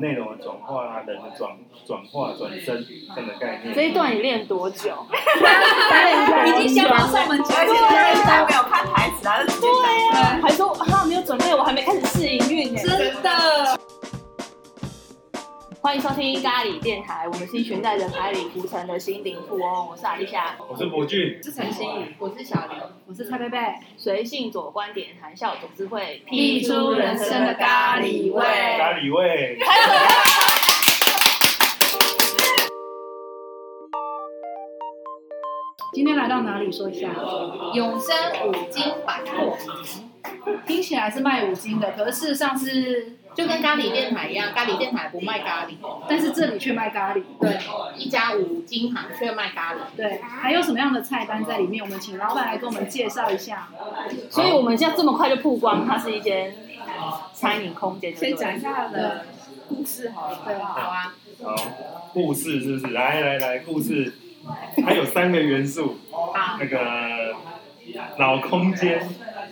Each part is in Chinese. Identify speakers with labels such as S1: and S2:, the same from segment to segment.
S1: 内容的转化啊，人的转转化、转身这样的概念。
S2: 这一段你练多久？
S3: 已经先把上门解
S4: 而且他一都没有看台词，他就直接讲出来。
S2: 还说啊没有准备，我还没开始试营运呢。
S3: 真的，
S2: 欢迎收听咖喱电台，我们是一群在人海里浮沉的心灵富翁。我是阿丽夏，
S1: 我是博俊，
S3: 是陈心怡，我是小刘，
S5: 我是蔡贝贝，
S2: 随性左观点谈笑总是会
S3: 辟出人生的咖喱味
S1: 咖喱味。
S5: 今天来到哪里说一下？
S3: 永生五金百货，
S5: 听起来是卖五金的，可是事实上是，
S3: 就跟咖喱电台一样，咖喱电台不卖咖喱，
S5: 但是这里却卖咖喱。
S3: 对，一家五金行却卖咖喱。
S5: 对，还有什么样的菜单在里面？我们请老板来给我们介绍一下。
S2: 所以我们现在这么快就曝光，它是一间餐饮空间，对不对？
S4: 下他
S5: 的
S4: 故事好了。
S5: 对啊，
S3: 好啊，
S1: 好，故事是不是？来来来，故事，它有三个元素，
S3: 好，
S1: 那个老空间、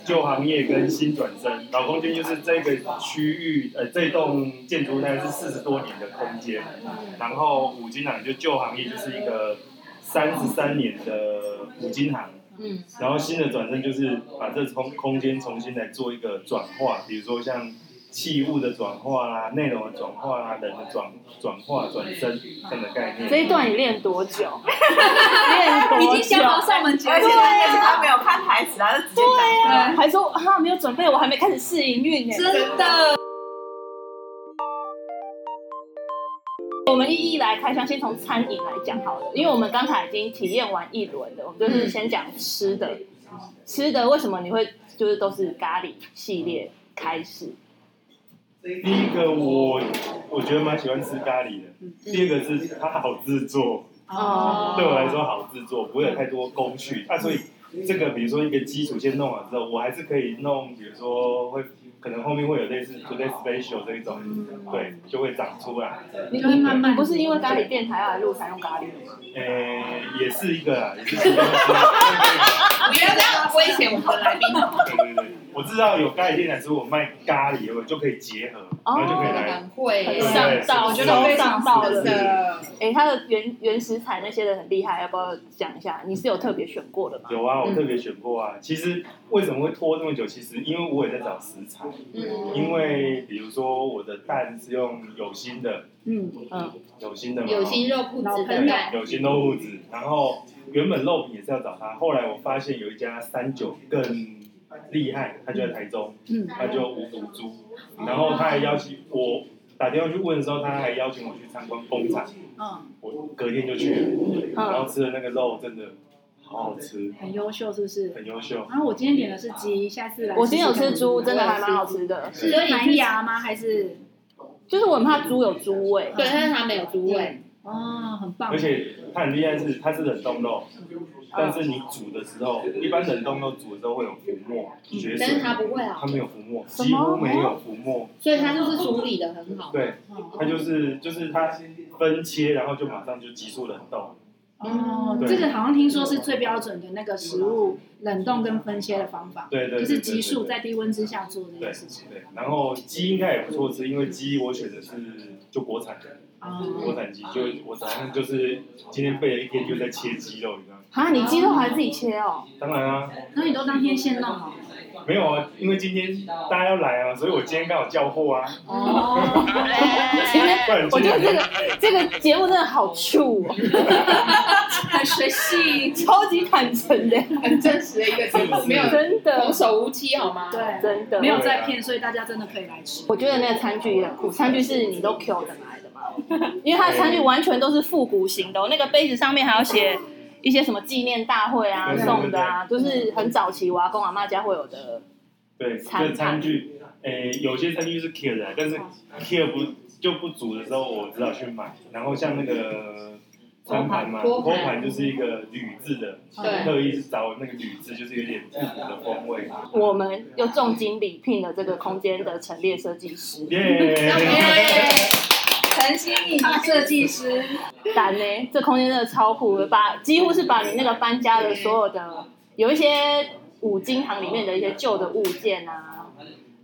S1: 旧行业跟新转身。老空间就是这个区域，呃，这栋建筑物大概是四十多年的空间，然后五金行就旧行业就是一个三十三年的五金行。
S3: 嗯，
S1: 然后新的转身就是把这空空间重新来做一个转化，比如说像器物的转化啦、内容的转化啦、人的转转化、转身这样的概
S2: 这
S1: 念。
S2: 一段你练多 久？练多久？
S3: 已经先把上门解
S4: 而且他一都没有看台词，他就直接讲出来。
S2: 还说啊没有准备，我还没开始试营运呢。
S3: 真的，
S2: 我们一一来开箱，先从餐饮来讲好了，因为我们刚才已经体验完一轮了，我们就是先讲吃的。吃的为什么你会就是都是咖喱系列开始？
S1: 第一个我我觉得蛮喜欢吃咖喱的，第二个是它好制作，
S2: 哦
S1: 对我来说好制作，不会有太多工序。啊，所以这个比如说一个基础先弄好之后，我还是可以弄，比如说会可能后面会有类似 today special 这一种，对，就会长出来。
S2: 你
S5: 就会慢慢
S2: 你不是因为咖喱电台要来录才用咖喱吗？
S1: 诶、呃也是一个啦，也是一个东西。
S3: 不要这样威胁我们的来宾。
S1: 对对对，我知道有咖喱店来说，我卖咖喱，我就可以结合，然后就可以来。
S3: 会
S1: 对
S2: 上道，
S1: 我觉
S2: 都
S1: 得非
S2: 上道
S1: 真
S2: 了。
S3: 的，
S2: 哎，它的原原食材那些的很厉害，要不要讲一下？你是有特别选过的吗？
S1: 有
S3: 嗯
S1: 啊，我特别选过啊。其实为什么会拖这么久？其实因为我也在找食材，
S3: 嗯，
S1: 因为比如说我的蛋是用有心的，
S5: 嗯，
S2: 嗯，
S1: 有心的嘛，
S3: 有心肉铺子的
S1: 对，
S3: 蛋，
S1: 有心肉物质。然后原本肉品也是要找他，后来我发现有一家三九更厉害，他就在台中，
S5: 嗯
S1: 他就五毒猪，然后他还邀请我打电话去问的时候，他还邀请我去参观工厂，
S5: 嗯，
S1: 我隔天就去了，然
S2: 嗯
S1: 后吃的那个肉真的好好吃，
S5: 很优秀是不是？
S1: 很优秀。
S5: 然后我今天点的是鸡，下次来。
S2: 我今天有吃猪，真的还蛮好。吃的。
S5: 是蓝牙吗？还是？
S2: 就是我很怕猪有猪味，
S3: 对，但是它没有猪味，
S5: 哦，很棒
S1: 而。且它很厉害是，它是冷冻肉，但是你煮的时候，一般冷冻肉煮的时候会有浮沫、血
S3: 但是
S1: 水，
S3: 它不会啊
S1: 它，没有浮沫，
S2: 什
S1: 几乎
S2: 么
S1: 没有浮沫。
S3: 所以它就是处理的很好。
S1: 对，它就是就是它分切，然后就马上就急速冷冻。
S5: 哦，
S1: 对
S5: 这个好像听说是最标准的那个食物冷冻跟分切的方法，
S1: 对对对
S5: 就
S1: 对
S5: 是急速
S1: 对对
S5: 在低温之下做这
S1: 对
S5: 件事情。
S1: 对，然后鸡应该也不错吃，因为鸡我选的是就国产的，国
S5: 哦，
S1: 产鸡就我早上就是今天备了一天就在切鸡肉，你知道吗？
S2: 啊，你鸡肉还自己切哦？
S1: 当然啊，
S5: 那你都当天现弄哦好。
S1: 没有啊，因为今天大家要来啊，所以我今天刚好叫货啊，
S3: 哦，
S2: 今 天
S1: 不然
S2: 我
S1: 今
S2: 觉得这
S1: 天
S2: 个这个节目真的好 true 哦，
S3: 很随性，
S2: 超级坦诚的，
S3: 很真实的一个节目，没有
S2: 真
S3: 童
S2: 的
S3: 叟无欺，好吗？，
S5: 对，
S2: 真的
S5: 没。有在骗，所以大家真的可以来吃。
S2: 我觉得那个餐具也很酷，餐具是你都 Q 的来的嘛，因为它的餐具完全都是复古型的哦、那个杯子上面还要写一些什么纪念大会啊
S1: 对对对
S2: 送的啊，就是很早期我阿公阿妈家会有的，
S1: 对这个餐具，诶、有些餐具是 k i 的，啊但是 k i 不就不煮的时候，我只好去买。然后像那个餐盘嘛，
S3: 托盘
S1: 托盘就是一个铝制的，
S3: 对
S1: 特意是找那个铝制，就是有点复古的风味。
S2: 我们又重金礼聘了这个空间的陈列设计师
S1: 耶、
S3: 陈心怡
S5: 设计师，
S2: 单呢、这空间真的超酷的，把几乎是把你那个搬家的所有的有一些五金行里面的一些旧的物件啊，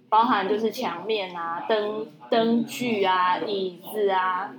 S2: 包含就是墙面啊、灯灯具啊、椅子啊，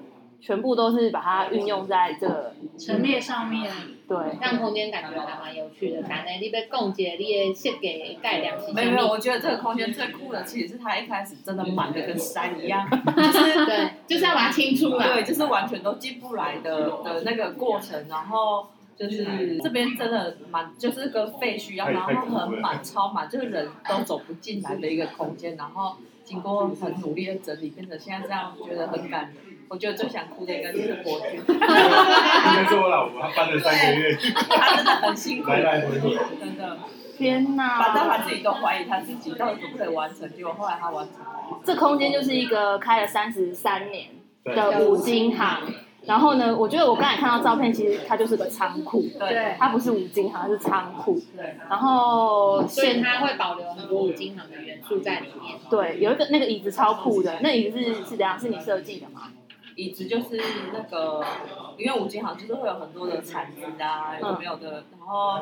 S2: 全部都是把它运用在这个
S5: 陈列上面，
S2: 对。
S6: 让空间感觉还蛮有趣的。但呢，你要讲解你的设计的概念是
S4: 没有没
S6: 什
S4: 有，
S6: 么？
S4: 我觉得这个空间最酷的，其实是它一开始真的满的跟山一样，
S6: 对，就是要把它清出来。
S4: 对，就是完全都进不来的的那个过程，然后。就是这边真的蛮，就是跟废墟一样，然后很满超满，就是人都走不进来的一个空间，然后经过很努力的整理，变成现在这样，觉得很感人。我觉得最想哭的应该就是伯君，
S1: 应该是我老婆，她搬了三个月，
S4: 他真的很辛苦，
S1: 来来回回。
S4: 真的，
S2: 天呐！
S4: 反正他自己都怀疑他自己到底可不可以完成，结果后来他完成了。
S2: 这空间就是一个开了三十三年的
S1: 对
S2: 五金行。然后呢，我觉得我刚才看到照片，其实它就是个仓库，
S4: 对，
S2: 它不是五金行，它是仓库。
S4: 对。
S2: 然后
S6: 所以
S2: 现
S6: 它会保留很多五金行的元素在里面。
S2: 对有一个那个椅子超酷的，那椅子是是怎样？是你设计的吗？
S4: 椅子就是那个，因为五金行就是会有很多的铲子啊，有没有的，然后。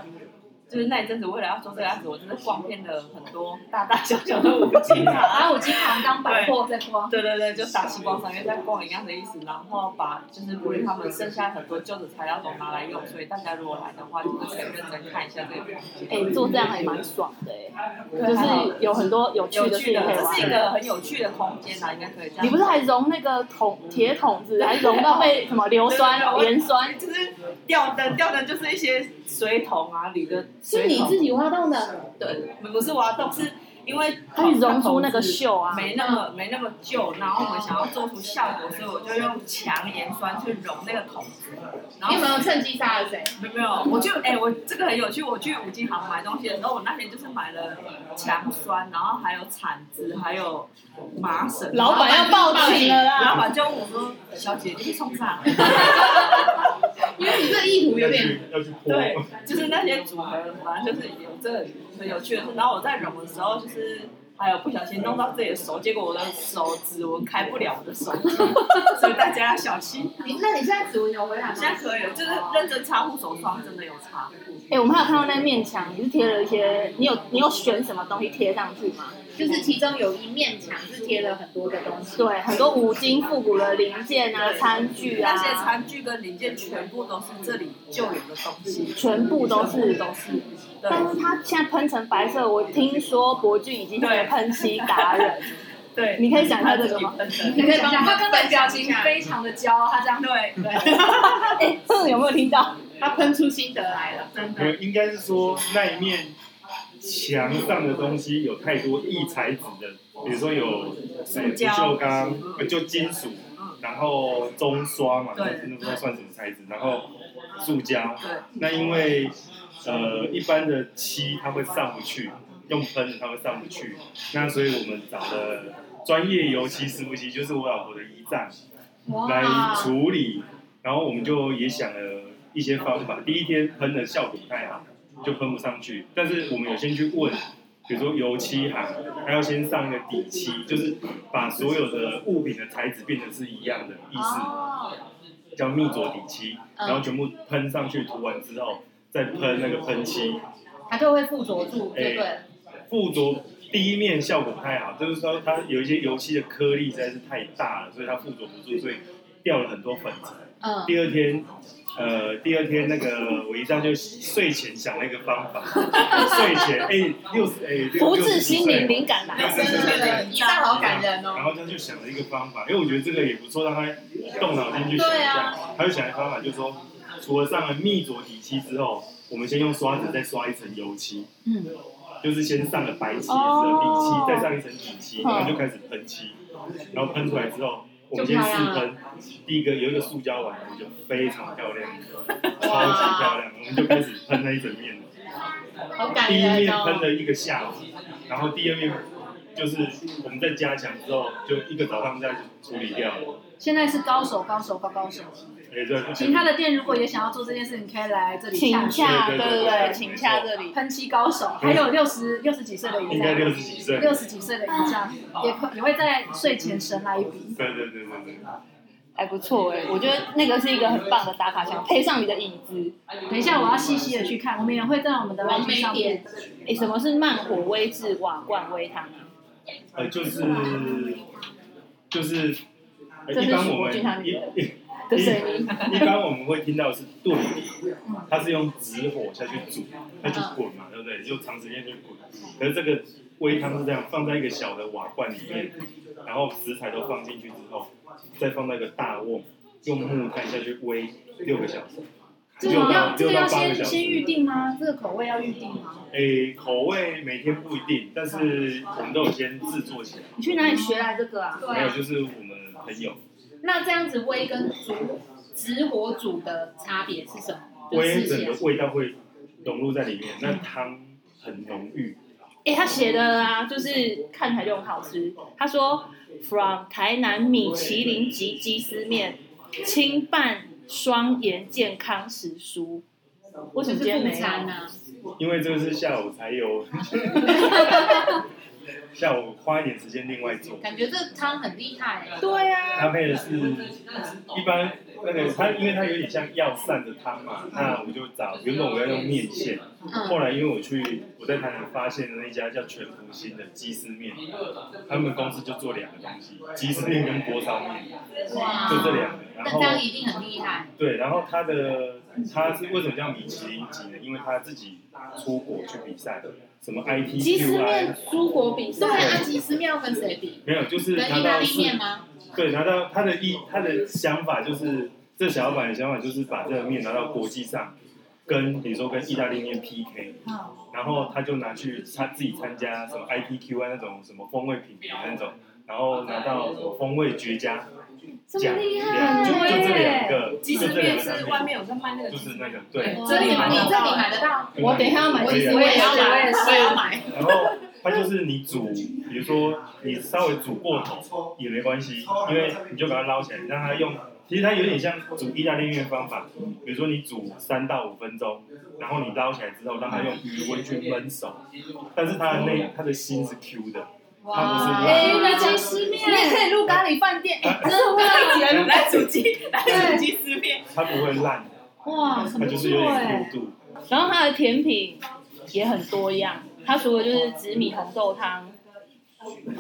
S4: 就是那一阵子，为了要做这个案子，我真的逛遍了很多大大小小的五金行。啊
S5: 啊然后我经常当百货在逛，
S4: 对对对，就打西光商业在逛一样的意思，然后把就是不他们剩下很多旧的材料都拿来用，所以大家如果来的话，就是可以认真看一下这个空
S2: 哎
S4: 间。，
S2: 做这样还蛮爽的哎，
S4: 对
S2: 就
S4: 还好
S2: 是有很多有趣
S4: 有
S2: 的事
S4: 趣
S2: 情
S4: 的，
S2: 可以
S4: 这是一
S2: 玩。
S4: 个很有趣的空间啊，应该可以这样。
S2: 你不是还融那个桶铁桶子，还融到被什么硫酸、盐酸？
S4: 就是吊灯，吊灯就是一些水桶啊，铝的
S6: 是
S4: 水
S6: 你
S4: 桶。
S6: 自己挖到的，
S4: 对，不是挖洞，是因为
S2: 它可以融出那个锈啊。
S4: 没那么没那么旧，然后我们想要做出效果，所以我就用强盐酸去溶那个桶子。然
S6: 你
S4: 后
S6: 有没有趁机杀了谁？
S4: 没有没有，我就哎、我这个很有趣。我去五金行买东西的时候，我那天就是买了强酸，然后还有铲子，还有麻绳。
S2: 老板啊要报警了啦！
S4: 老板就问我说：“小姐，你去冲上。”
S6: 因为你这意图有
S1: 要
S6: 点
S1: 去要去泼，
S4: 对，就是那些组合，反正就是有这很有趣的事。然后我在融的时候，就是还有不小心弄到自己的手，结果我的手指纹开不了我 的手机，所以大家要小心。
S6: 你那你现在指纹有回来吗？
S4: 现在可以了，就是认真擦护手霜，真的有擦。
S2: 哎、我们还有看到那面墙，你是贴了一些，你有你有选什么东西贴上去吗？
S6: 就是其中有一面墙是贴了很多的东西，
S2: 对，很多五金复古的零件啊、餐具啊，
S4: 那些餐具跟零件全部都是这里旧有的东西，
S2: 全部都是。
S4: 都是。对，
S2: 但是它现在喷成白色，我听说博俊已经是个喷漆达 人，
S4: 对，
S2: 你可以想一下这个吗？
S4: 他自己喷的？
S5: 你可以
S6: 帮
S5: 想象
S6: 我
S5: 他刚才表
S6: 分享
S5: 情
S6: 一下
S5: 非常的骄傲，他这样
S4: 对对，
S2: 哎、这个有没有听到？
S6: 它喷出心得来了，真
S1: 没有，应该是说那一面墙上的东西有太多异材质的，比如说有哎不锈钢，呃就金属，然后中刷嘛，
S4: 对
S1: 那不知道算什么材质，然后塑胶
S4: 对。
S1: 那因为呃一般的漆它会上不去，用喷的它会上不去，那所以我们找了专业油漆师傅，其实就是我老婆的姨丈来处理，然后我们就也想了一些方法。第一天喷的效果不太好，就喷不上去，但是我们有先去问。比如说油漆行，还要先上一个底漆，就是把所有的物品的材质变成是一样的意思。
S6: 哦
S1: 叫密着底漆，然后全部喷上去，涂完之后再喷那个喷漆，
S6: 它就会附着住，对不对？
S1: 附着第一面效果不太好，就是说它有一些油漆的颗粒实在是太大了，所以它附着不住，所以掉了很多粉尘。
S6: 嗯，
S1: 第二天，呃，第二天那个我一上就睡前想了一个方法，睡前哎六十哎六
S2: 福
S1: 六
S2: 至
S1: 十几
S2: 心
S1: 岁
S2: 灵灵感来了。
S1: 对对对对
S6: 一上好感人
S1: 然
S6: 哦。
S1: 后他就想了一个方法，因为我觉得这个也不错，让他动脑筋去想一
S6: 对
S1: 下。
S6: 啊
S1: 他就想一个方法，就是说，除了上了密着底漆之后，我们先用刷子再刷一层油漆。
S5: 嗯。
S1: 就是先上了白漆，之
S2: 哦
S1: 后底漆，再上一层底漆，
S2: 嗯
S1: 然后就开始喷漆，然后喷出来之后，我们先
S6: 就漂
S1: 试
S6: 亮
S1: 喷
S6: 了。
S1: 第一个有一个塑胶碗，我们就非常漂亮，超级
S6: 哇
S1: 漂亮，我们就开始喷那一整面。
S6: 好感
S1: 第一面
S6: 人
S1: 喷
S6: 哦。
S1: 了一个下午，然后第二面就是我们在加强之后，就一个早上再处理掉了。
S5: 现在是高手，高手，高高手。
S1: 哎，对，
S5: 其他的店如果也想要做这件事，你可以来这里
S2: 请
S5: 下
S2: 下，
S1: 对对
S2: 对
S1: 对
S2: 对
S1: 没
S2: 对，
S1: 错
S2: 请下这里。
S5: 喷漆高手，还有六十六十几岁的姨
S1: 应该
S5: 丈，
S1: 六十几岁。
S5: 六十几岁的姨丈也会也会在睡前神来一笔。
S1: 对对对对对，
S2: 还不错哎、我觉得那个是一个很棒的打卡项，配上你的椅子。
S5: 等一下我要细细的去看，我们也会在我们的
S6: 完
S5: IG
S6: 美
S5: 上
S6: 点，
S5: 面
S2: 哎、什么是慢火煨制瓦罐煨汤啊？
S1: 呃，就是就是，呃
S2: 这是
S1: 一般我
S2: 许多经 常
S1: 们一
S2: 听
S1: 一
S2: 的声音，
S1: 一般我们会听到的是炖米，它是用直火下去煮，它就滚嘛，对不对？就长时间就滚。可是这个煨汤是这样，放在一个小的瓦罐里面，然后食材都放进去之后，再放到一个大瓮，用木炭下去煨六个小时。
S5: 这
S1: 六
S5: 个
S1: 到
S5: 要这
S1: 六
S5: 个
S1: 到八
S5: 要
S1: 个
S5: 先
S1: 小时
S5: 先预定吗？这个口味要预定吗？
S1: 诶，口味每天不一定，但是我们都有先制作起来。
S5: 你去哪里学来这个啊？
S3: 对
S1: 还有
S3: 啊，
S1: 就是我们朋友
S6: 那这样子煨跟煮直火煮的差别是什么？就
S1: 煨
S6: 吃
S1: 整
S6: 起来
S1: 个味道会融入在里面，那汤很浓郁。
S2: 哎、他写的啊，就是看起来就很好吃。他说，from 台南米其林级鸡丝面，清拌双盐健康食蔬。为什
S6: 就
S2: 么
S6: 是
S2: 今天
S6: 副
S2: 没有？
S6: 餐 啊，
S1: 因为这个是下午才有， 下午花一点时间另外 做。
S6: 感觉这汤很厉害、欸。
S2: 对啊，
S1: 它配的是，一般那个它，因为它有点像药膳的汤嘛，那我就找原本我要用面线，
S6: 嗯，
S1: 后来因为我去我在台南发现的那家叫全福星的鸡丝面，他们公司就做两个东西，鸡丝面跟锅烧面，
S6: 哇，
S1: 就这两个。然
S6: 那
S1: 后
S6: 这样一定很厉害。
S1: 对，然后它的它是为什么叫米其林级呢？因为它自己出国去比赛，什么
S2: 鸡丝
S1: ITQI
S2: 面出国比
S6: 对
S2: 赛，
S6: 啊，吉斯面要跟谁比？
S1: 没有，就是
S6: 跟
S1: 拿
S6: 意大
S1: 到
S6: 利面
S1: 是，
S6: 吗？
S1: 对，拿到他的意，他的想法就是，这小老板的想法就是把这个面拿到国际上，跟比如说跟意大利面 PK，然后他就拿去他自己参加什么 ITQ 啊那种什么风味品评那种，然后拿到什么风味绝佳
S6: 这么
S1: 奖，
S6: 厉
S1: 两就就这两个，
S4: 鸡
S1: 就这
S4: 丝面
S1: 两个
S4: 是
S1: 产
S4: 外
S1: 品，
S4: 面有在卖那个
S1: 就
S4: 鸡丝
S1: 是那
S4: 面，
S1: 个对，
S6: 哇
S5: 这里买
S6: 你
S5: 得
S6: 这
S1: 啊
S5: 到
S6: 里买得到，啊
S1: 就
S2: 我等一下要买
S1: 那
S6: 我
S1: 个
S6: 也
S1: 对
S6: 也要
S5: 我
S6: 买，
S5: 也是
S6: 我也要买。
S1: 然后它就是你煮，比如说你稍微煮过头也没关系，因为你就把它捞起来，让它用。其实它有点像煮意大利面方法，比如说你煮三到五分钟，然后你捞起来之后，让它用余温去焖熟，但是它的那它的心是 Q 的，它不是
S6: 哇，
S2: 哎
S1: 辣的。
S5: 那鸡丝面
S2: 你可以入咖喱饭店，哎、
S1: 来
S2: 真
S1: 来
S3: 煮鸡，
S5: 对
S3: 鸡丝面。
S1: 它不会烂，
S5: 哇，很
S1: 它
S5: 不
S1: 就是有
S5: 错
S1: 点
S5: 哎，
S1: Q 度。
S2: 然后它的甜品也很多样，它除了就是紫米红豆汤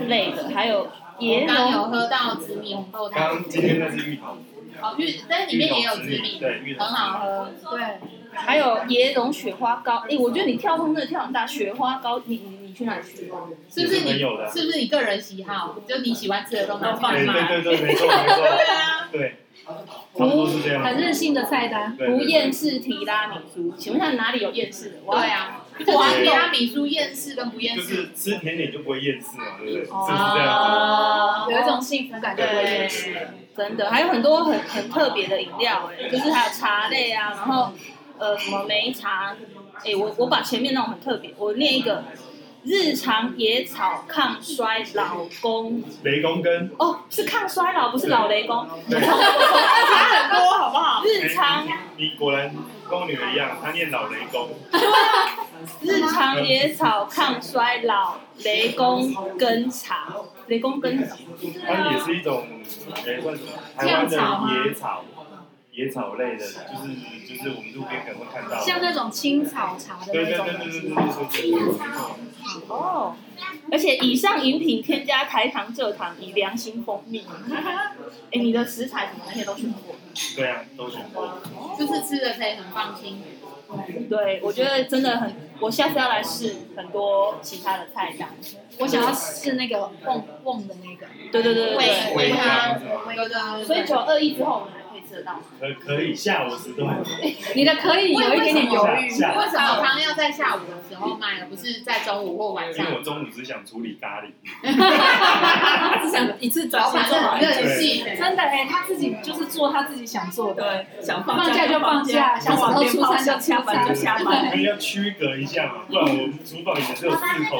S2: 类的，还有椰蓉
S6: 刚有喝到紫米红豆
S1: 刚
S6: 汤，
S1: 刚今天那是芋头，
S6: 哦，芋，但是里
S1: 芋
S6: 面
S1: 头
S6: 也有
S1: 紫
S6: 紫
S1: 米，
S6: 米，
S1: 对，芋头
S6: 很好喝。
S5: 对，
S2: 还有椰蓉雪花糕，哎、我觉得你跳通真的跳很大。雪花糕，你你你去哪里吃？
S6: 是不是
S1: 也
S6: 你？
S1: 有的啊？
S6: 是不是你个人喜好？就你喜欢吃的都拿
S4: 都
S6: 出
S4: 放
S6: 来
S1: 对
S4: 嘛
S1: 对对对，没错没错，对，差不多是这样。
S5: 很任性的菜单，
S1: 对
S2: 不厌世提拉米苏，请问一下哪里有厌世的？我
S6: 对
S2: 要
S6: 啊，就是提拉米苏厌世跟不厌
S1: 就
S6: 世。
S1: 是吃甜点就不会厌世嘛，对不对？是不是这样？
S6: 哦
S5: 啊有一种幸福感就
S1: 对
S5: 不
S1: 对
S5: 会
S1: 对
S5: 厌
S1: 对
S5: 世。
S1: 对。
S2: 真的，还有很多很很特别的饮料、哎，就是还有茶类啊，然后呃什么梅茶，哎、我我把前面那种很特别，我念一个。日常野草抗衰老公
S1: 雷公跟
S2: 哦，是抗衰老，不是老雷公。
S1: 对，
S2: 差很多，好不好？
S1: 你
S2: 日常
S1: 你果然跟我女儿一样，她念老雷公，
S2: 日常野草抗衰老，雷公根茶，雷公根茶，
S1: 它也是一种哎算什么？台湾的野草，野草类的，就是就是我们路边可能会看到。
S5: 像那种青草茶的
S1: 对
S5: 那
S1: 对
S5: 种
S1: 对对
S5: 东
S1: 对
S5: 西
S1: 对对，对，
S2: 哦。而且以上饮品添加台糖、蔗糖，以良心蜂蜜。 哎、你的食材什么那些都选过？
S1: 对啊，都选过。
S6: 就是吃的可以很放心。
S2: 对，我觉得真的很，我下次要来试很多其他的菜单。
S5: 我想要试那个瓮瓮的那个，
S2: 对对对对
S6: 喂
S1: 喂
S2: 对。
S6: 喂
S1: 它
S6: 它，对对
S2: 所以九二一之后我们还可以吃得到吗？
S1: 可可以下午时段，
S5: 你的可以有一点点犹豫，
S1: 下
S6: 为什么汤要在下午的时候卖，而不是在中午或晚
S1: 因
S6: 上
S1: 为？我中午只想处理咖喱。
S4: 他只想一次
S6: 老
S4: 专
S6: 板真
S4: 心
S6: 的
S4: 做好
S6: 很
S4: 一件事。
S6: 任性欸，
S5: 真的哎，他自己就是做他自己想做的，
S4: 对，想放
S5: 放假就放假，想往
S4: 想往
S5: 后
S4: 边
S5: 出
S4: 跑，
S5: 差
S4: 想
S5: 就
S4: 下
S5: 下
S4: 班
S5: 班
S4: 就
S5: 就下
S4: 下班
S5: 班。
S1: 我们要区隔一下嘛，不然我们厨房也是有四口。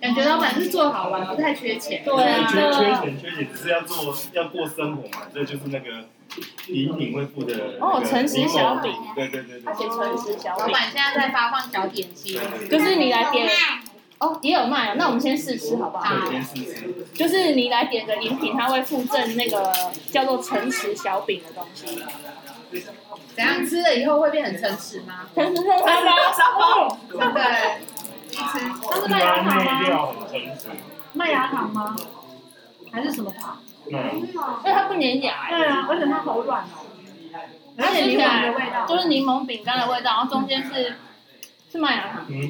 S6: 感觉老板是做好玩，不太缺钱。
S2: 对啊
S1: 缺缺钱缺钱，只是要做要过生活嘛，这就是那个饮品会付的那个
S2: 哦诚实小饼
S1: 柠檬对对对对
S2: 而，且纯食小
S6: 老
S2: 饼，
S6: 板现在在发放小点心，
S2: 就是你来点哦，也有卖啊。那我们先试吃好不好？
S1: 对，先试试。
S2: 就是你来点个饮品，它会附赠那个叫做诚实小饼的东西。
S6: 怎样吃了以后会变很诚实 吗？
S2: 诚实沙拉，
S6: 对，一吃
S1: 一般内料很诚实，
S5: 麦芽糖吗？还是什么糖？
S1: 嗯，
S2: 因为它不粘牙，欸
S5: 对啊，而且它好软哦，而且柠檬的味道，
S2: 就是柠檬饼干的味道，然后中间是是麦芽糖，
S1: 嗯，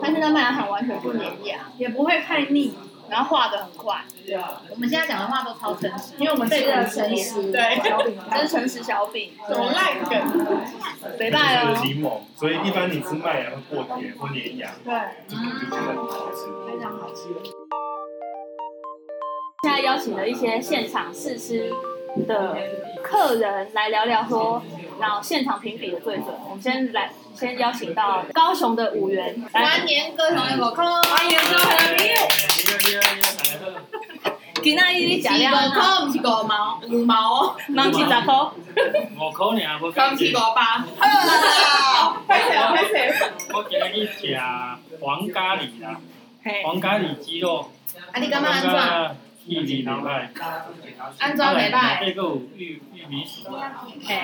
S2: 但是那麦芽糖完全不粘牙，
S5: 也不会太腻。
S2: 然后化的很快，
S6: 我们现在讲的话都超诚实，
S2: 因为我们
S5: 这
S2: 这
S5: 个
S2: 个
S5: 诚实小饼
S2: 这
S5: 干
S2: 是，诚实小饼，
S3: 怎么烂梗？
S2: 没
S1: 就
S2: 办
S1: 是
S2: 哦，
S1: 柠檬，所以一般你吃麦芽会过甜或粘牙，
S5: 对，
S1: 这种就觉得很好吃。
S5: 非常好吃。
S2: 现在邀请了一些现场试吃的客人来聊聊说，然后现场评比的最准。我们先来，先邀请到高雄的五元来，
S6: 欢迎各位同学我空，欢迎
S1: 各位朋友，
S2: 今仔日食
S6: 是五
S2: 了，
S6: 块，不是五毛，五毛哦，
S2: 忙七十块，
S7: 五块尔，我
S3: 刚
S7: 今
S3: 七 国
S6: 啊
S3: 八，拍谁？拍谁？
S7: 我今日食黄咖喱啦，
S2: 嘿，
S7: 黄咖喱鸡肉，
S6: 啊你感觉安怎？
S7: 玉米牛排，
S6: 安怎袂歹？
S7: 这个有玉玉米啊笋，
S2: 嘿，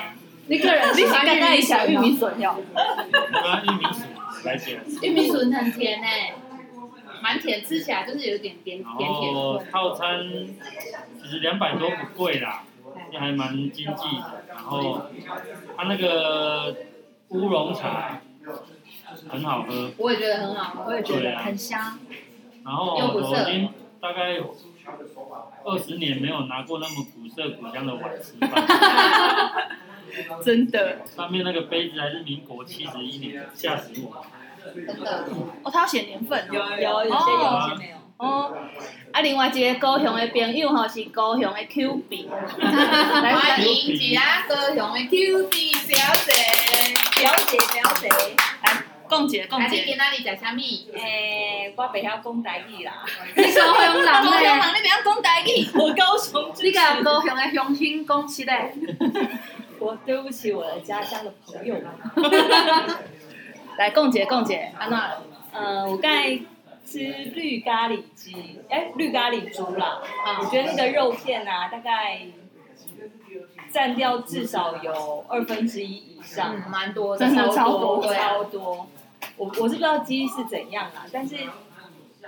S5: 你个人
S2: 你
S5: 喜
S2: 是
S5: 欢
S2: 刚刚一小玉米笋哟，
S7: 啊玉米笋来吃，
S6: 玉米笋很甜诶，蛮甜，吃起来就是有点点
S7: 然
S6: 点甜
S7: 后
S6: 味。
S7: 套餐其实两百多不贵啦，还蛮经济的。然后它那个乌龙茶很好喝，
S6: 我也觉得很好，我也
S7: 对啊，
S5: 很香，
S7: 然后
S6: 又不
S7: 我
S6: 涩
S7: 已经大概二十年没有拿过那么古色古香的碗吃饭，
S2: 真的，
S7: 上面那个杯子还是民国七十一年，吓死我了！
S6: 真的。
S2: 哦，他要写年份哦，
S4: 有有些有，有些没有。
S2: 哦，啊，另外一个高雄的朋友吼是高雄的 Q 币，来
S6: 欢迎一下高雄的 Q D 小姐，
S5: 表姐表姐，
S2: 共姐
S6: 啊
S2: 共
S6: 你
S2: 姐，
S6: 今仔日食啥物？
S5: 诶，我袂晓讲台语啦，
S2: 你高雄人
S6: 高雄人
S2: 你不要讲台语，我高雄，
S5: 你甲高雄的乡亲讲起来，
S4: 我对不起我的家乡的朋友们。
S2: 来共姐共姐，安娜。
S4: 呃，我刚才吃绿咖喱鸡，哎，绿咖喱猪啦，我觉得那个肉片啊，大概占掉至少有二分之一以上，
S6: 嗯，蛮多
S2: 真的超
S4: 多
S6: 对啊
S4: 超多。我我是不知道鸡是怎样啦，但是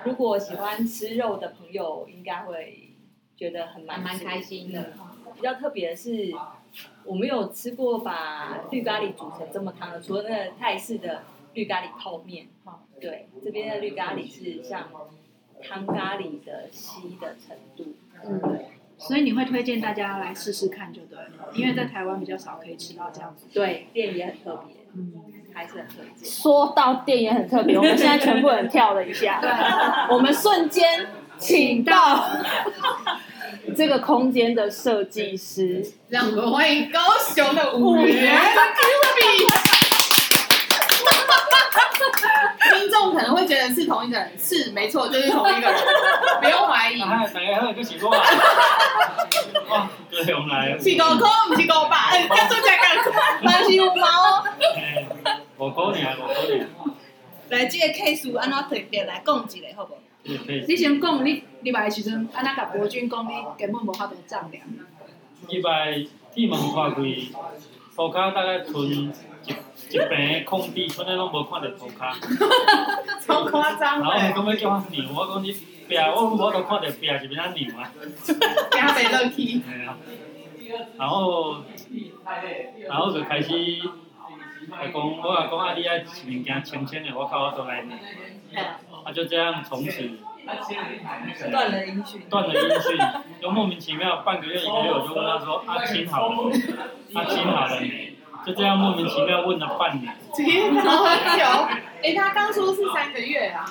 S4: 如果喜欢吃肉的朋友，应该会觉得很
S6: 蛮
S4: 满
S6: 蛮
S4: 足
S6: 开心的。
S4: 比较特别的是，我没有吃过把绿咖喱煮成这么汤的，除了那个泰式的绿咖喱泡面。对，这边的绿咖喱是像汤咖喱的稀的程度。
S6: 嗯，
S5: 所以你会推荐大家来试试看就对了，因为在台湾比较少可以吃到这样子。
S4: 对，店也很特别，
S5: 嗯，
S4: 还是很推荐。
S2: 说到店也很特别，我们现在全部人跳了一下，我们瞬间请到这个空间的设计师，
S6: 让我们欢迎高雄的五元 Q B。听众可能会觉得是同一个人，是没错，就是同一个人，不用怀疑。
S7: 啊，大家好，就是 我啊！哇，高雄来，
S6: 是五块，不是五百，哎，讲出来讲出来，但是有毛。哦
S7: 哎五块尔，五块尔，
S2: 来这个 case 安怎特别来讲一下好不好？
S7: 对对。
S5: 你先讲你你来的时阵，安那甲博君讲你根本无法度丈量，
S7: 礼拜铁门看开，涂骹大概剩一一平的空地，剩咧拢无看着涂骹。
S6: 超夸张
S7: 然后伊讲要叫我牛，我讲你壁，我我都看着壁是变哪牛啊？
S6: 加倍乐梯，
S7: 嘿啊 然后，然后就开始，我讲我啊讲啊，你啊一物件清清的，我靠，我都来念。啊，就这样从此
S4: 断了音讯，
S7: 断了音讯，就莫名其妙半个月一个月，我就问他说啊亲好了没？啊亲好了没？就这样莫名其妙问了半年。
S6: 天哪，
S3: 好
S6: 很
S3: 久
S6: 久。。
S3: 哎，他刚说是三个月啊。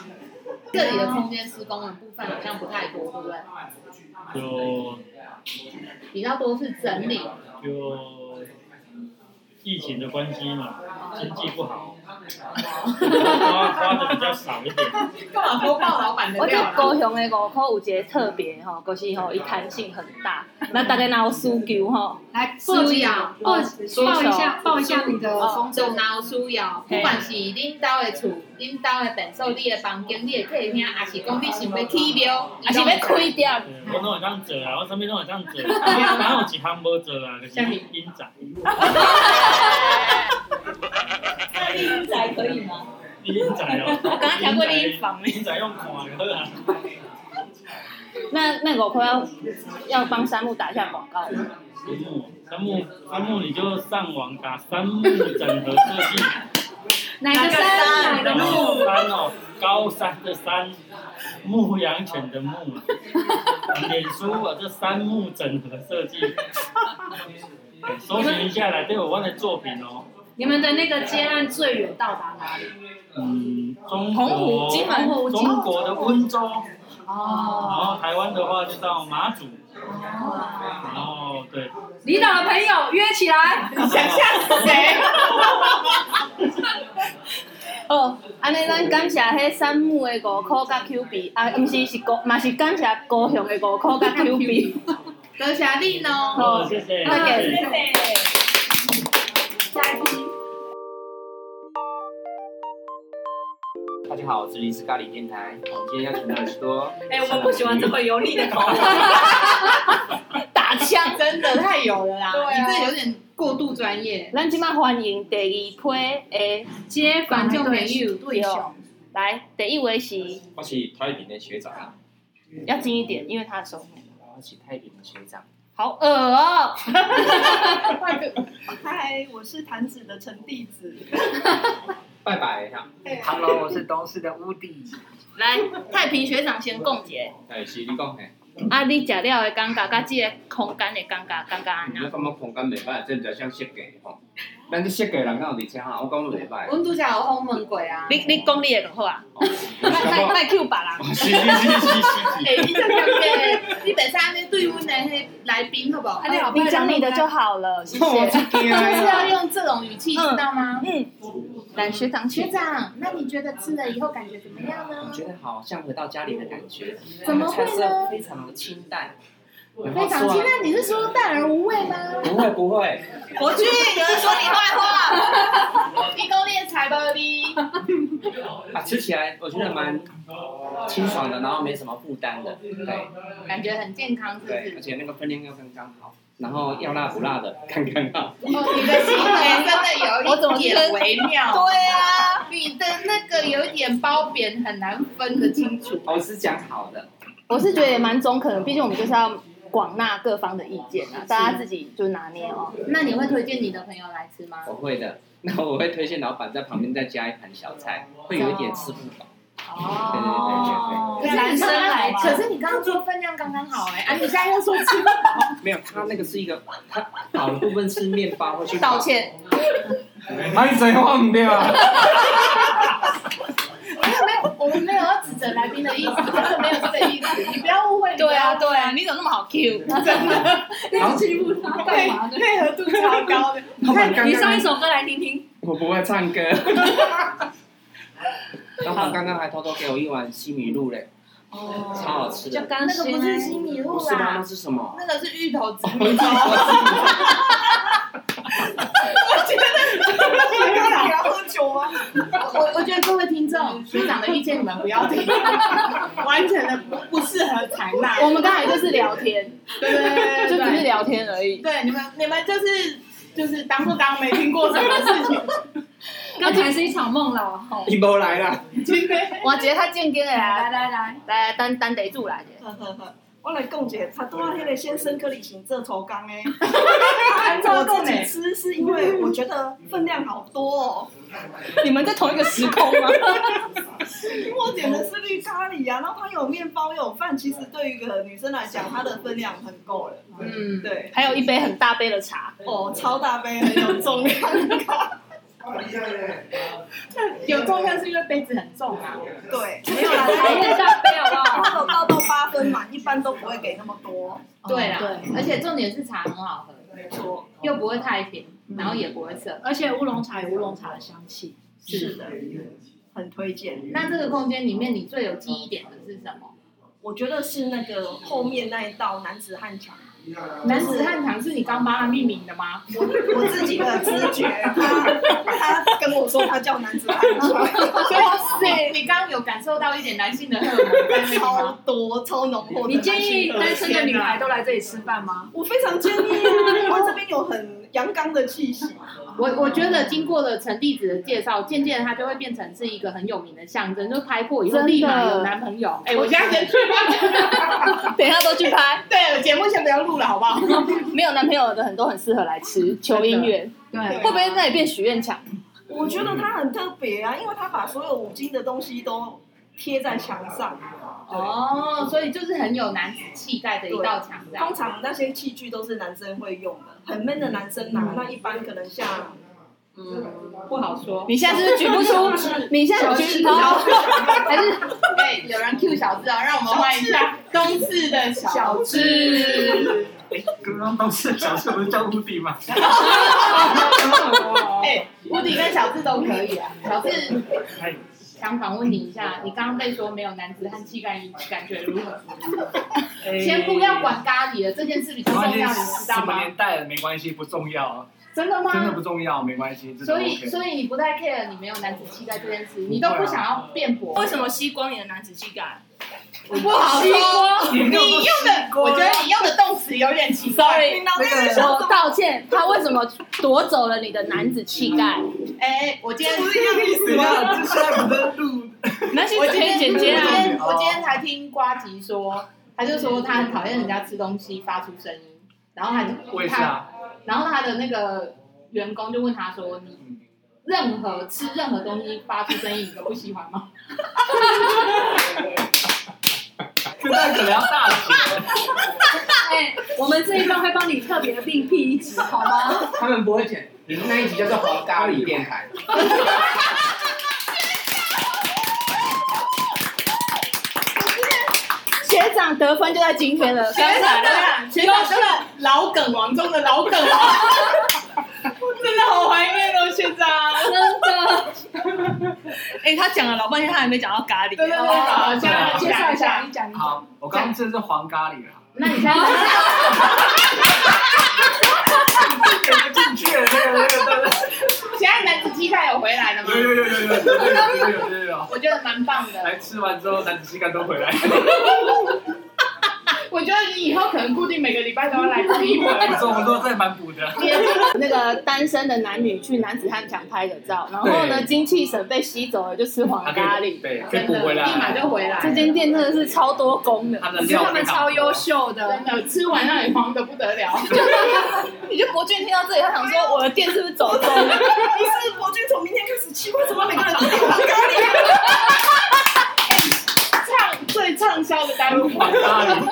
S6: 这里的空间施工的部分好像不太多，对不对？
S7: 就
S6: 比较多是整理，
S7: 就疫情的关系嘛，经济不 好，花花的比较少一点。
S6: 干嘛播报老板
S2: 我
S6: 的
S2: 觉
S6: 料
S2: 得
S6: 啊？
S2: 高雄的五块有一个特别吼，就是吼伊弹性很大，那大家若有需求吼，
S5: 来
S6: 苏
S5: 报一
S6: 瑶，
S5: 报报一下报一下你的风
S6: 就
S5: 筝。
S6: 闹苏瑶，不管是恁兜的厝、恁兜的民宿、你的房间、你的客厅，还是讲你想要起庙，
S2: 啊是要开店，
S7: 对呃我拢会当做啊，我身边拢会当做，我哪有一项无做啊？就是音仔，
S4: 那音仔可以吗？
S7: 音仔哦，
S2: 我刚刚听过你音房
S7: 音仔用看就好啊。
S2: 那那狗快要要帮山木打一下广告了，
S7: 三木，三木，三木，你就上网打三木整合设计，
S5: 哪个 山？哪个
S7: 然
S5: 木？
S7: 后山哦，高山的山，牧羊犬的牧，脸书我这三木整合设计，对搜寻一下来，对我我的作品哦，
S5: 你们的那个接案最远到达哪里？
S7: 嗯，中
S2: 澎湖、
S7: 国，
S2: 金门、
S7: 中国的温州，
S8: 哦
S7: 然
S5: 哦，
S7: 后台湾的话就到马祖，然后对，
S5: 离岛的朋友约起来。
S4: 想吓死谁？
S2: 哦，安尼咱感谢迄三木的五块甲 Q 币，啊，毋是是高，嘛是感谢高雄的五块甲 Q 币。
S6: 多谢你喏。
S7: 好，哦谢谢，
S2: 那
S7: 谢
S2: 给
S7: 谢。
S8: 大家好，我是林氏咖喱电台，我们今天邀请到的是多，
S9: 哎、我们不喜欢这么油腻的口吻。
S2: 打枪。
S4: 真的太有了啦！
S6: 你这有点过度专业。
S2: 咱即摆欢迎第二批的
S5: 街
S6: 访
S5: 众
S6: 对象
S5: 对象，
S2: 来，第一位是
S8: 我是太平的学长，
S2: 要近一点，因为他的手很
S7: 哦
S8: 我是太平的学长，
S2: 好恶哦、
S4: 嗨，我是弹指的陈弟子。
S8: 拜拜哈。Hello，我是东市的乌弟，
S2: 来，太平学长先共一下，
S8: 哎，是你讲嘿，
S2: 啊，你食了的感觉，甲即个空间的感觉，感觉安
S8: 我
S2: 那？
S8: 感觉空间袂歹，这毋知像设计吼，咱这设计人敢有伫遮哈，我感觉袂歹。
S6: 阮拄则有访问过啊
S2: 你你讲你的就好啊，
S8: 我
S2: 莫
S8: 是感
S2: 莫
S8: 觉
S2: 莫 Q 别人。
S8: 是是是是
S6: 哎，你这个，你本身安尼对阮的迄来宾好不好？
S5: 啊
S2: 你讲你的就好了，谢
S8: 是，我
S2: 谢。
S8: 出惊
S6: 就是要
S8: 啦。
S6: 用这种语气，知道吗？
S2: 嗯，来学长
S6: 学
S2: 去。
S6: 长，那你觉得吃了以后感觉怎么样
S8: 我
S6: 呢？
S8: 觉得好像回到家里的感觉，
S6: 怎么会呢
S8: 菜色非常的清淡，然后
S6: 非常
S8: 吃完
S6: 期待，你是说淡而无味吗？
S8: 啊不会不会，
S6: 国军，有人说你坏话， 你攻略财报你。
S8: 啊，吃起来我觉得蛮清爽的，然后没什么负担的，对。
S6: 感觉很健康，是不
S8: 对，
S6: 是
S8: 而？且那个分量要刚刚好，然后要辣不辣的刚刚好。
S6: 哦，你的行为真的有一点微妙。 对啊，你的那个有一点褒贬，很难分得清楚。
S8: 我是讲好的，
S2: 我是觉得也蛮中肯的，毕竟我们就是要广纳各方的意见啊，大家自己就拿捏哦。
S6: 那你会推荐你的朋友来吃吗？
S8: 我会的。那我会推荐老板在旁边再加一盘小菜，会有一点吃不饱。
S2: 啊
S8: 哦
S6: 可是你
S5: 男生来吧
S6: 可是你刚刚说分量刚刚好哎、啊，你现在又说吃
S8: 没有，它那个是一个，它好的部分是面包会去
S2: 道，歉，
S10: 哎
S8: 那你嘴话唔对 啊？
S6: 没有没有，我们没有要指责来宾的意思，真的没有这个意思，你不要误会。
S2: 对啊，对啊，你怎么那么好 Q？
S4: 配配合度超高的，
S8: 老板刚
S5: 你上
S8: 刚
S5: 一首歌来听听。
S8: 我不会唱 歌。老板刚刚还偷偷给我一碗西米露嘞，超
S6: 哦，
S8: 好吃的。
S5: 刚
S6: 那个不是西米
S8: 不
S6: 露
S8: 是吗？那
S6: 啦，
S8: 是什 么？
S6: 那个是芋头紫
S8: 我
S6: 米
S8: 知
S6: 糕。
S8: 道
S4: 你要喝酒吗？
S6: 我我觉得各位听众，学长的意见你们不要听，
S4: 完全的不不适合采纳。
S2: 我们刚才就是聊天，
S4: 对对对
S2: 就
S4: 对
S2: 只是
S4: 对，
S2: 聊天而已。
S4: 对你们你们就是就是当做当没听过什么事情。
S5: 刚才是一场梦了哦。
S8: 你不来啦。
S2: 我直接较正经的
S5: 来
S2: 来，
S5: 来来，
S2: 啊来等等地主来者。
S4: 我来讲一下，他拄啊迄个先生跟李行做头工诶，按照自己吃是因为我觉得分量好多哦，
S2: 你们在同一个时空吗？
S4: 因为 我点的是绿咖喱啊，然后它有面包又有饭，其实对于一个女生来讲，它的分量很够了。
S6: 嗯，
S4: 对，
S2: 还有一杯很大杯的茶，
S4: 哦，超大杯，很有重量。
S6: 有重量是因为杯子很重啊。
S4: 对，没有啦，台
S5: 大杯好不好？
S4: 湾有到到八分满，一般都不会给那么多。
S6: 对啦，
S4: 啊
S5: 对
S6: 而且重点是茶很好喝，
S4: 没错，
S6: 又不会太甜，然后也不会涩。
S5: 而且乌龙茶有乌龙茶的香气。
S4: 是的，很推荐。
S6: 那这个空间里面，你最有记忆点的是什么？
S4: 我觉得是那个后面那一道男子汉墙，
S6: 男子汉堂是你刚帮他命名的 吗？
S4: 我我自己的直觉，他他跟我说他叫男子汉墙，
S6: 哇塞，你刚刚有感受到一点男性的荷尔蒙在那 里
S4: 超
S6: 吗？
S4: 多超浓厚的。
S5: 你建议单身的女孩都来这里吃饭吗？
S4: 我非常建议啊，因为这边有很
S5: 阳刚的气息。
S6: 我我觉得经过了陈弟子的介绍，渐渐它就会变成是一个很有名的象征，就拍破以后
S2: 真的
S6: 立马有男朋友。哎、我现在先去
S2: 等一下都去拍，
S5: 对了，节目先不要录了，好不好？
S2: 没有男朋友的很多很适合来吃求姻缘，
S7: 对
S2: 会不会那里变许愿墙？
S5: 我觉得他很特别啊，因为他把所有五金的东西都贴在墙上，
S6: 哦，所以就是很有男子气概的一道墙，这样
S5: 通。常那些器具都是男生会用的，很 man 的男生拿。那一般可能像
S6: 嗯，不好说。
S2: 你现在是不是举不 出？你现在
S6: 小
S2: 举
S6: 智，
S2: 不
S6: 小
S2: 出？
S6: 智，哦 还是哎，有人 Q 小智啊？让我们欢迎一下东市的小智。
S11: 刚刚当时小时候不是叫乌迪吗？
S6: 哎，吴迪跟小智都可以啊。小智
S11: 哎，
S6: 想访问你一下，你刚刚被说没有男子汉气概，你感觉如何？
S8: 哎
S6: 先不要管咖喱了，这件事比较
S8: 没
S6: 重
S8: 关
S6: 要，
S8: 系，
S6: 你知
S8: 啊什
S6: 道
S8: 么
S6: 吗？
S8: 年代了没关系，不重要，
S6: 真的
S8: 真的不
S6: 吗？
S8: 重要，没关系，这都
S6: 所以，
S8: OK。啊
S6: 所以你不太 care 你没有男子气概这件事，你都不想要辩驳。
S2: 为什么吸光你的男子气概？
S6: 不好说？
S8: 你用的，
S6: 我觉得你用的动词有点奇怪。
S5: 叮当那个小
S2: 我道歉，他为什么夺走了你的男子气概？
S6: 哎，我今天
S5: 不是一样的意思
S8: 等一下，
S5: 吗？
S8: 这现在不是录，
S2: 那些
S6: 我
S2: 可
S6: 今
S2: 以
S6: 天
S2: 姐姐
S6: 我今
S2: 啊，
S6: 天我今天才听瓜吉说，他就说他很讨厌人家吃东西发出声音，然后他就
S8: 我也是
S6: 他，
S8: 啊，
S6: 然后他的那个员工就问他说：“你任何吃任何东西发出声音，你都不喜欢吗
S8: 这段可能要大写，
S7: 哎，我们这一段会帮你特别另辟一集，好吗？
S10: 他们不会剪，你们那一集叫做黄咖喱电 台。
S2: 学长得分就在今天了。刚才
S6: 长，学长真的老梗王中的老梗王， 真的好怀念哦，学长。
S2: 哎，他讲了老半天，他还没讲到咖喱。
S6: 对对对，哦好，现在介绍一下，你讲。
S8: 好，我刚刚真的是黄咖喱啦，
S6: 那你现在
S8: 有个进去了，那个那个，
S6: 现在男子气概有回来了吗
S8: 有？有有有有有有有有，
S6: 我觉得蛮棒的。
S8: 来吃完之后，男子气概都回来，
S6: 我觉得你以后可能固定每个礼拜都要来这一回。
S8: 不错不错，再蛮 补的，
S2: 那个单身的男女去男子汉墙拍个照，然后呢，
S8: 对
S2: 精气神被吸走了，就吃黄咖喱。
S8: 对，可以
S6: 真
S8: 补
S6: 的，
S8: 回
S6: 立马
S8: 来，
S6: 就回来。
S2: 这间店真的是超多功的，
S8: 他的
S7: 是
S8: 料
S7: 他们超优，秀的
S6: 真，的吃完让你慌的不得了。
S2: 你就博俊听到这里，他想说我的店是不是走中了？
S5: 不是，我就从明天开始，奇怪，怎么每个人都有咖喱？
S6: 畅 最畅销的单品，
S8: 黄咖 喱，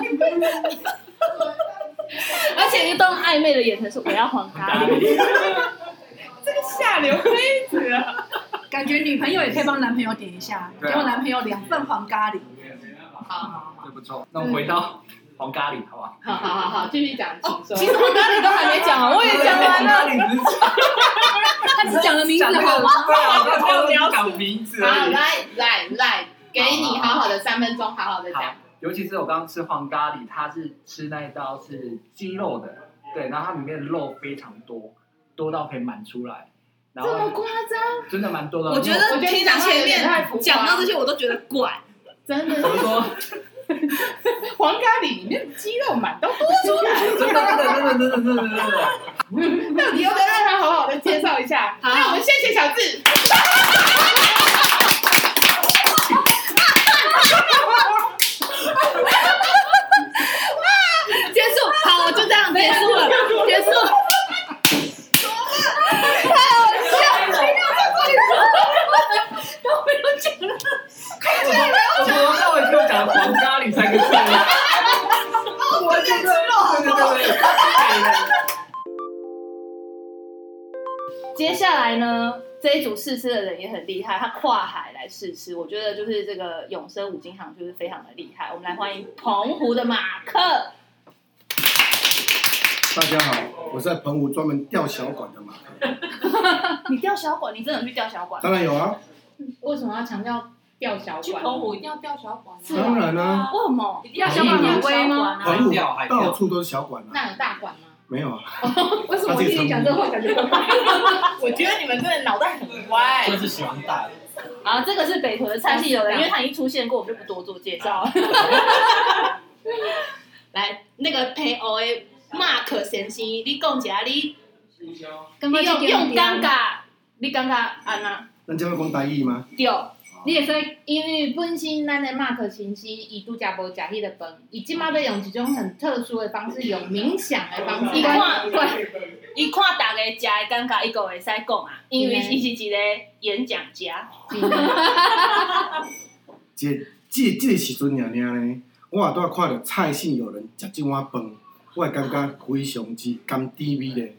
S2: 而且一动暧昧的眼神说我要黄咖
S8: 咖
S2: 喱。
S8: 喱，
S6: 这个下流妃子啊！
S7: 感觉女朋友也可以帮男朋友点一下，给
S8: 对啊
S7: 我男朋友两份黄咖喱。
S8: 这不错，那我们回到黄咖喱，好不好？
S6: 好好好好，继续讲，请
S2: 其
S6: 说。
S2: 实黄咖喱都还没讲完，我也讲完了。
S7: 他只讲了名字
S8: 讲那
S7: 好
S8: 个
S7: 吗？
S8: 对啊，他没有讲名字
S6: 好，
S8: 而已。
S6: 来来来，给你好好的三分钟，好好的
S8: 好
S6: 讲。，
S8: 尤其是我刚刚吃黄咖喱，它是吃那一道是鸡肉的，对，然后它里面的肉非常多，多到可以满出来，然
S6: 这么
S8: 后
S6: 夸张？
S8: 真的蛮多的。
S5: 我觉
S6: 我
S5: 得
S6: 觉得
S5: 听
S6: 你
S5: 到
S6: 讲
S5: 前面
S6: 太浮夸
S5: 讲到这些，我都觉得怪。
S6: 真的
S8: 怎么
S6: 是
S8: 说？
S6: 黄咖喱里面的鸡肉满都多出来了。
S8: 真的真的真的真的真的真的，
S6: 到底要不要让他好好的介绍一下？
S7: 好
S6: 那我们谢谢小智。
S2: 结束，好，我就这样结束了，结束。
S8: 我从头到尾就讲黄咖喱三个字。我在吃肉，对对对对。
S2: 接下来呢，这一组试吃的人也很厉害，他跨海来试吃，我觉得就是这个永生五金行就是非常的厉害。我们来欢迎澎湖的马克，
S12: 大家好，我是在澎湖专门钓小管的马克。
S2: 你钓小馆，你真的有去钓小馆？
S12: 当然有啊，
S6: 为什么要强调钓小
S4: 去
S6: 馆？
S4: 澎湖一定要钓小管啊，
S12: 当然啊，
S2: 为什么？
S4: 一定要小管很威吗？
S12: 澎湖
S10: 钓海钓
S12: 到处都是小管啊。
S6: 那有大馆吗？
S12: 没有啊，
S6: 为什么我听你讲这话感觉很怪？我觉得你们真的脑袋很歪。
S11: 就是喜欢大的。
S2: 啊，这个是北屯的菜系友人，因为他已经出现过，我们就不多做介 绍了。来，那个陪偶的 Mark 先生，你讲一下你你有
S4: 啊
S2: 用尴尬，你尴尬安那
S12: 咱这会讲台语吗？
S6: 对，
S4: 哦
S6: 你会说，因为本身咱的 Mark 前妻伊拄则无食迄个饭，伊即马要用一种很特殊的方式，用冥想的方式。
S2: 伊看，伊看大家食的尴尬，伊个会使讲啊，因为伊是一个演讲家。
S12: 这这这个时阵娘娘呢，我也拄看到蔡姓友人食即碗饭，我会感觉非常之甘甜美咧，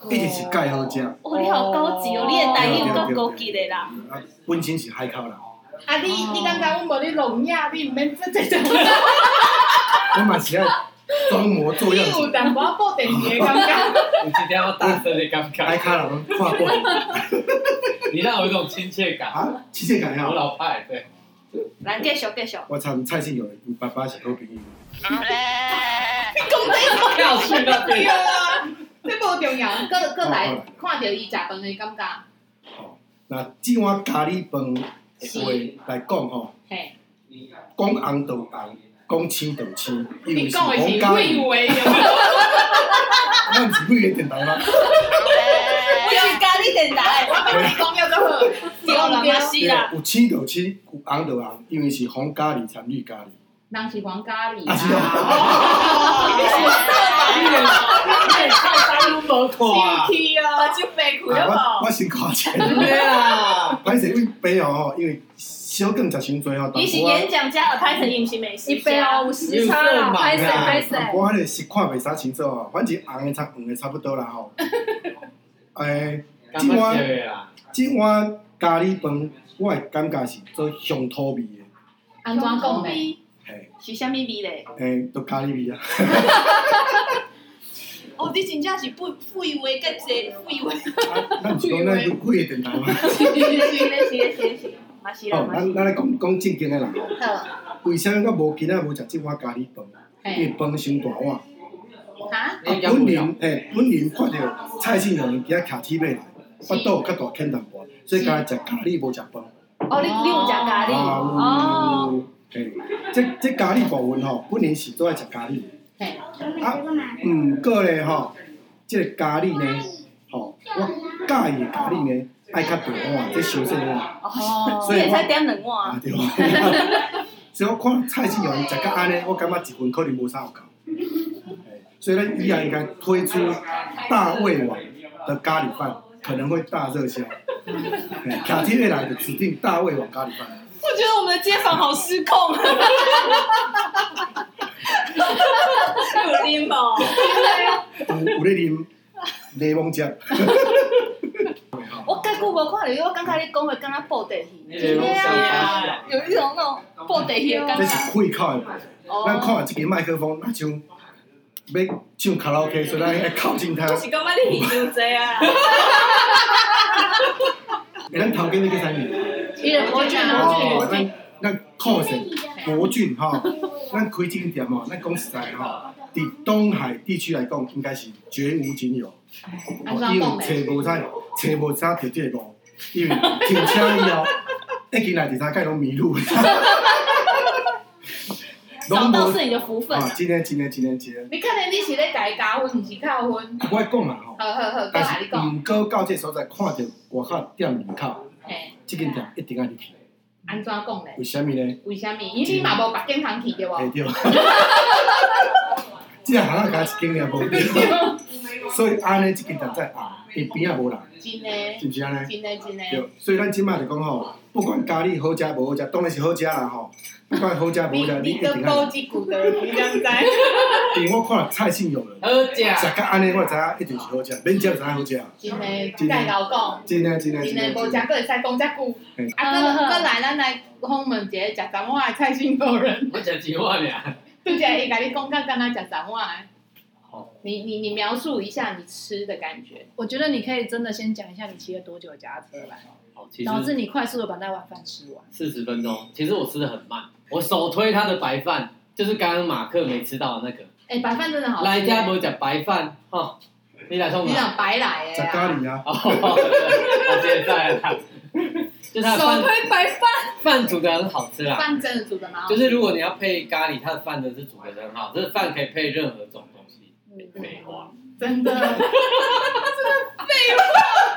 S6: 哦
S12: 一定是介啊好食。
S2: 哦，你好高级哦，你的台语够高级的啦。
S12: 啊，本身是海口人，
S6: 啊，你你感觉阮无你聋哑，你毋免做这种。
S12: 我嘛是爱装模作样
S6: 你有
S12: 子，
S6: 淡薄仔报电视的感觉。
S8: 我今天要大声的尴
S12: 海
S8: 尬，
S12: 口人看过
S8: 你让我有一种亲切感，
S12: 啊，亲切感
S8: 我
S12: 呀。
S8: 老派对。
S2: 来继续继续。
S12: 我参蔡姓友人，伊爸爸是好朋友。
S8: 要去那
S6: 对
S8: 边，
S6: 啊，这无重 要，搁搁
S12: 好
S6: 来
S12: 好
S6: 看到伊食饭的感觉，
S12: 哦那即碗咖喱饭的话来讲吼，
S6: 嘿，
S12: 讲红就红，讲青就青，因
S6: 你
S12: 为是
S6: 讲的是
S12: 红
S6: 废
S12: 咖喱。
S6: 话对
S12: 咱是语言电台吗？
S2: 我是咖喱电 台，
S6: 我跟你讲要做好，
S2: 对啦，嘛
S6: 对，
S2: 是啦。
S12: 有青就青，有红就红，因为是红咖喱掺绿咖喱。
S6: 人是黄咖喱
S12: 啊是 哦
S11: 啊
S8: 哇，
S6: 气哦，就白开
S12: 啊
S6: 了
S12: 我我先看 一下。
S6: 啊
S12: 歹势，阮白哦吼，因为小更食伤侪吼，
S2: 伊
S12: 但
S2: 是
S12: 是我
S2: 演讲家，而拍成伊毋是美食
S5: 一杯
S2: 家。
S5: 哦，有时差啦，拍谁拍谁，
S12: 啊我迄个是看袂啥清楚哦，反正红的差黄的差不多啦 吼。诶，
S8: 干嘛去啦？
S12: 即碗咖喱饭，我的感觉是做乡土味的，
S6: 安怎讲呢？
S12: 嘿，
S2: 是啥物味咧？
S12: 诶，都咖喱味啊。
S13: 哦，你真正是不不以为更济，不以为
S12: 啊咱毋是讲咱有几个电台吗？
S2: 是咧是咧是咧是咧，嘛是啦
S12: 哦，
S2: 嘛是
S12: 咱咱来讲讲正经的啦吼。
S6: 好，
S12: 为啥我无今仔无食即碗咖喱饭？因为
S6: 嘿，
S12: 饭伤大碗。
S6: 哈，
S13: 哎
S12: 啊，本人诶，本人看着蔡姓人今仔徛起马来，腹肚较大欠淡薄，所以今仔食咖喱无食饭。
S2: 哦，你你有食咖喱？
S12: 啊，
S2: 哦，
S12: 有嘿，即即咖喱部分吼，本人是最爱食咖喱。
S6: 嘿，
S12: 啊，毋过咧吼，即个咖喱呢，吼，我介意的咖喱呢，爱较大碗，即小细碗，
S6: 哦，
S12: 所
S2: 你
S12: 以
S2: 会
S12: 我
S2: 使点两碗
S12: 啊
S2: 啊？
S12: 对。所以我看蔡志勇食到安尼，我感觉一份可能无啥有够。嘿所以咱以后应该推出大胃王的咖喱饭，可能会大热销。嘿卡提未来的指定大胃王咖喱饭。
S2: 我觉得我们的街坊好失控啊！有啉无？
S12: 有有咧啉柠檬汁，
S2: 我介久无看到你，我感觉你讲话敢若报地
S8: 你
S4: 哎
S2: 戏，啊
S8: 这种小
S2: 有
S8: 家
S2: 一种那种报地戏的感
S12: 这
S2: 觉
S12: 是。开口的部分。咱看
S2: 哦，
S12: 下这个麦克风，那像要唱卡拉 OK，所以咱要靠近 它。
S2: 我是感觉你戏伤济啊。
S12: 诶，咱头家那个啥物？
S5: 伊个国军
S12: 哦
S5: 国，军，
S12: 咱咱靠近国俊吼，咱开这个店吼，咱讲实在吼，伫东海地区来讲，应该是绝无仅有。
S6: 安
S12: 哦，
S6: 怎
S12: 因
S6: 讲呢？
S12: 为找无啥，找无啥着这个路，因为停车以后，一进来第三界拢迷路。
S2: 找到是你的福分。
S12: 啊，今天今天今天今天，
S6: 你看来你是咧甲伊加分，毋是扣分。
S12: 我讲啊吼，
S6: 好好好，搁
S12: 但
S6: 来
S12: 是
S6: 你讲，
S12: 毋过到这所在看到外口店门口，
S6: 嘿，
S12: 即间店一定爱入去，
S6: 安怎讲呢？
S12: 为什么呢？
S6: 为虾米？因为你嘛无白健康去对
S12: 会
S6: 无？
S12: 对。 即个行啊，家一间也无对， 所以安尼即间店才红，伊边啊无人，
S6: 真诶，
S12: 是毋是安尼？
S6: 真诶，真诶。
S12: 对，所以咱即摆就讲吼，不管咖喱好食无好食，当然是好食啦吼。不管好食无
S6: 你
S12: 好食，你
S6: 你
S12: 一
S6: 搁
S12: 定爱
S6: 补
S12: 入。
S6: 一句的，你敢 知？
S12: 因为我看了蔡姓友人，
S8: 好 假，
S12: 食到安尼，我知影一定是好食，免食就知影好食。
S6: 真诶，介老讲，
S12: 真诶真诶
S6: 真
S12: 真
S6: 诶，
S12: 诶。
S6: 无食搁会使讲遮久。啊，搁
S2: 嗯
S6: 搁来，咱来访问一个食三碗的蔡姓老人，
S8: 我讲几万俩，
S6: 拄则伊甲你讲到敢若食三碗
S8: 好。
S6: 你你你描述一下你吃的感觉，
S5: 我觉得你可以真的先讲一下你骑了多久的脚踏车来，
S8: 好，其实
S5: 导致你快速的把那碗饭吃 完。
S8: 四十分钟，其实我吃的很慢，我首推他的白饭，就是刚刚马克没吃到的那个，
S6: 哎、白饭真的好吃。
S8: 来家
S6: 你
S8: 不讲白饭哈，你来送哪？
S6: 讲白来
S12: 食
S6: 的
S12: 咖
S6: 啊，
S12: 喱啊，
S8: 哦，我现在啦，就他的
S6: 啊手
S8: 饭
S6: 推白饭，
S8: 饭煮的很好吃啦，
S6: 饭真的煮的蛮好
S8: 就
S6: 吃。
S8: 是如果你要配咖喱，它的饭真的是煮的很哦 好，这个饭可以配任何种东西，废话，
S6: 真的，真的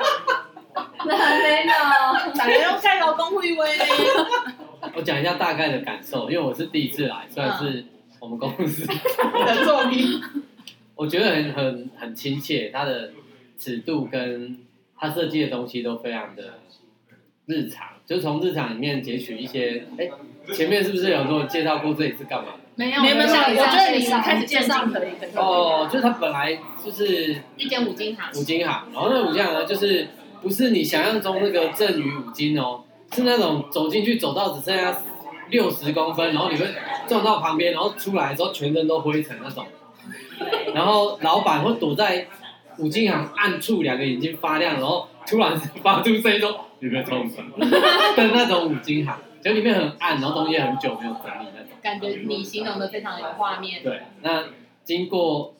S8: 一下大概的感受，因为我是第一次来，算是我们公司
S14: 的作品。
S8: 我觉得很很很亲切，它的尺度跟它设计的东西都非常的日常，就是从日常里面截取一些。哎，前面是不是有跟我介绍过这里是干嘛？
S6: 没有
S2: 没有没有，
S6: 没有
S2: 我觉得你
S6: 介绍
S2: 开始介绍可以可以。
S8: 哦，就是它本来就是
S6: 一间五金行，
S8: 五金行，然后那五金行呢，就是不是你想象中那个赠予五金哦，是那种走进去走到只剩下六十公分，然后你会撞到旁边，然后出来之后全身都灰尘那种，然后老板会躲在五金行暗处，两个眼睛发亮，然后突然发出声音说：“你别撞我！”的那种五金行，就里面很暗，然后东西很久没有整理那种。
S6: 感觉你形容的非常有画面。
S8: 对，那经过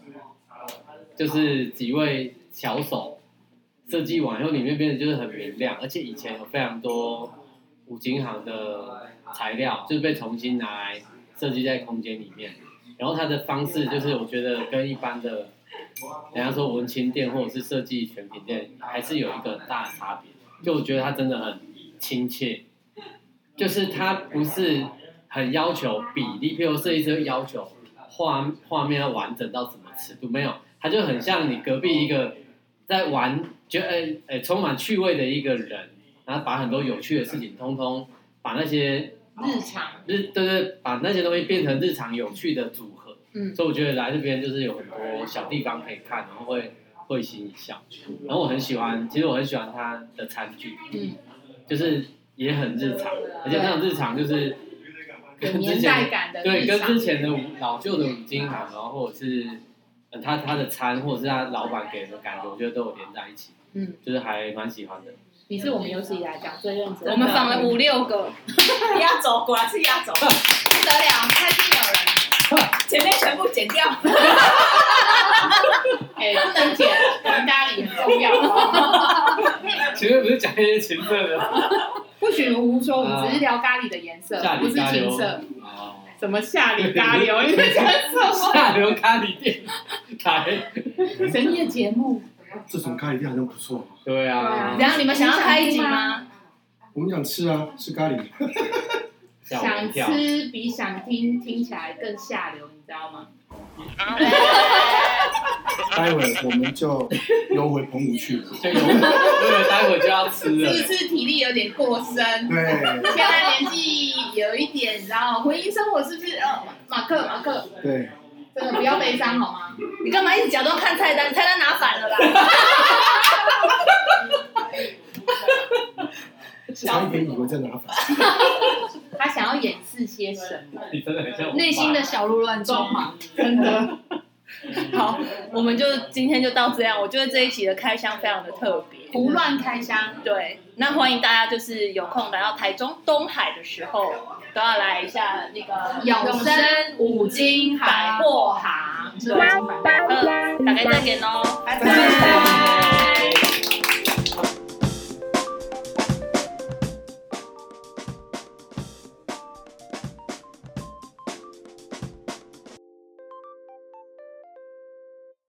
S8: 就是几位巧手设计完以后，里面变得就是很明亮，而且以前有非常多五金行的材料，就是被重新拿来设计在空间里面。然后它的方式就是，我觉得跟一般的，人家说文青店或者是设计全品店，还是有一个很大的差别。就我觉得它真的很亲切，就是它不是很要求比例，譬如设计师会要求画画面要完整到什么尺度，没有，它就很像你隔壁一个在玩，觉得呃呃充满趣味的一个人，然后把很多有趣的事情通通把那些
S6: 日常，
S8: 日对对，把那些东西变成日常有趣的组合。
S6: 嗯
S8: 所以我觉得来这边就是有很多小地方可以看，然后会会心一笑。然后我很喜欢，其实我很喜欢它的餐具，
S6: 嗯，
S8: 就是也很日常，而且那种日常就是
S6: 有
S8: 跟之
S6: 年代感的
S8: 前对
S6: 日常
S8: 跟之前的五老旧的五金行，然后或者是呃他他的餐，或者是他老板给的感觉，我觉得都有连在一起，
S6: 嗯，
S8: 就是还蛮喜欢的。
S6: 你是我们有史以来讲最认真的，
S2: 我们访了五六个，
S4: 压轴果然是压轴，
S14: 不得了，开心有人。
S4: 前面全部剪掉。
S6: 哎，不 能剪，讲咖喱很重要。
S8: 前面不是讲一些情色 的，
S6: 不许胡说，我们只是聊咖喱的颜色
S8: 啊下，
S6: 不
S8: 里
S6: 是
S8: 咖
S6: 情
S8: 喱
S6: 色。
S8: 哦，
S6: 什么下 里咖喱哦？你在讲
S8: 下
S6: 什
S8: 流咖喱店台，
S6: 么？神秘的节目，
S12: 这种咖喱店好像不错。
S8: 对啊
S2: 怎样？你们想要开一集吗？
S12: 我们想吃啊，吃咖喱。
S8: 吓我一
S6: 想
S8: 跳。
S6: 吃比想听听起来更下流，你知道吗？
S2: 啊
S12: 待会我们就游回澎湖去了。
S8: 对，待会就要吃了。
S14: 是不是体力有点过深？
S12: 对
S14: 现在年纪有一点，你知道，婚姻生活是不是？呃，马克，马克，
S12: 对，
S14: 真的不要悲伤好吗？
S2: 你干嘛一直假装看菜单？菜单拿反了啦！
S12: 差一点以为在哪反。
S6: 他想要掩饰些什么？
S8: 你真的很像我爸
S7: 内心的小鹿乱撞嘛，真的。
S2: 好，我们就今天就到这样。我觉得这一集的开箱非常的特别，
S6: 胡乱开箱。
S2: 对，那欢迎大家就是有空来到台中东海的时候，都要来一下那个
S6: 永生
S2: 五金百货行。对，嗯，大概再见喽，拜
S6: 拜拜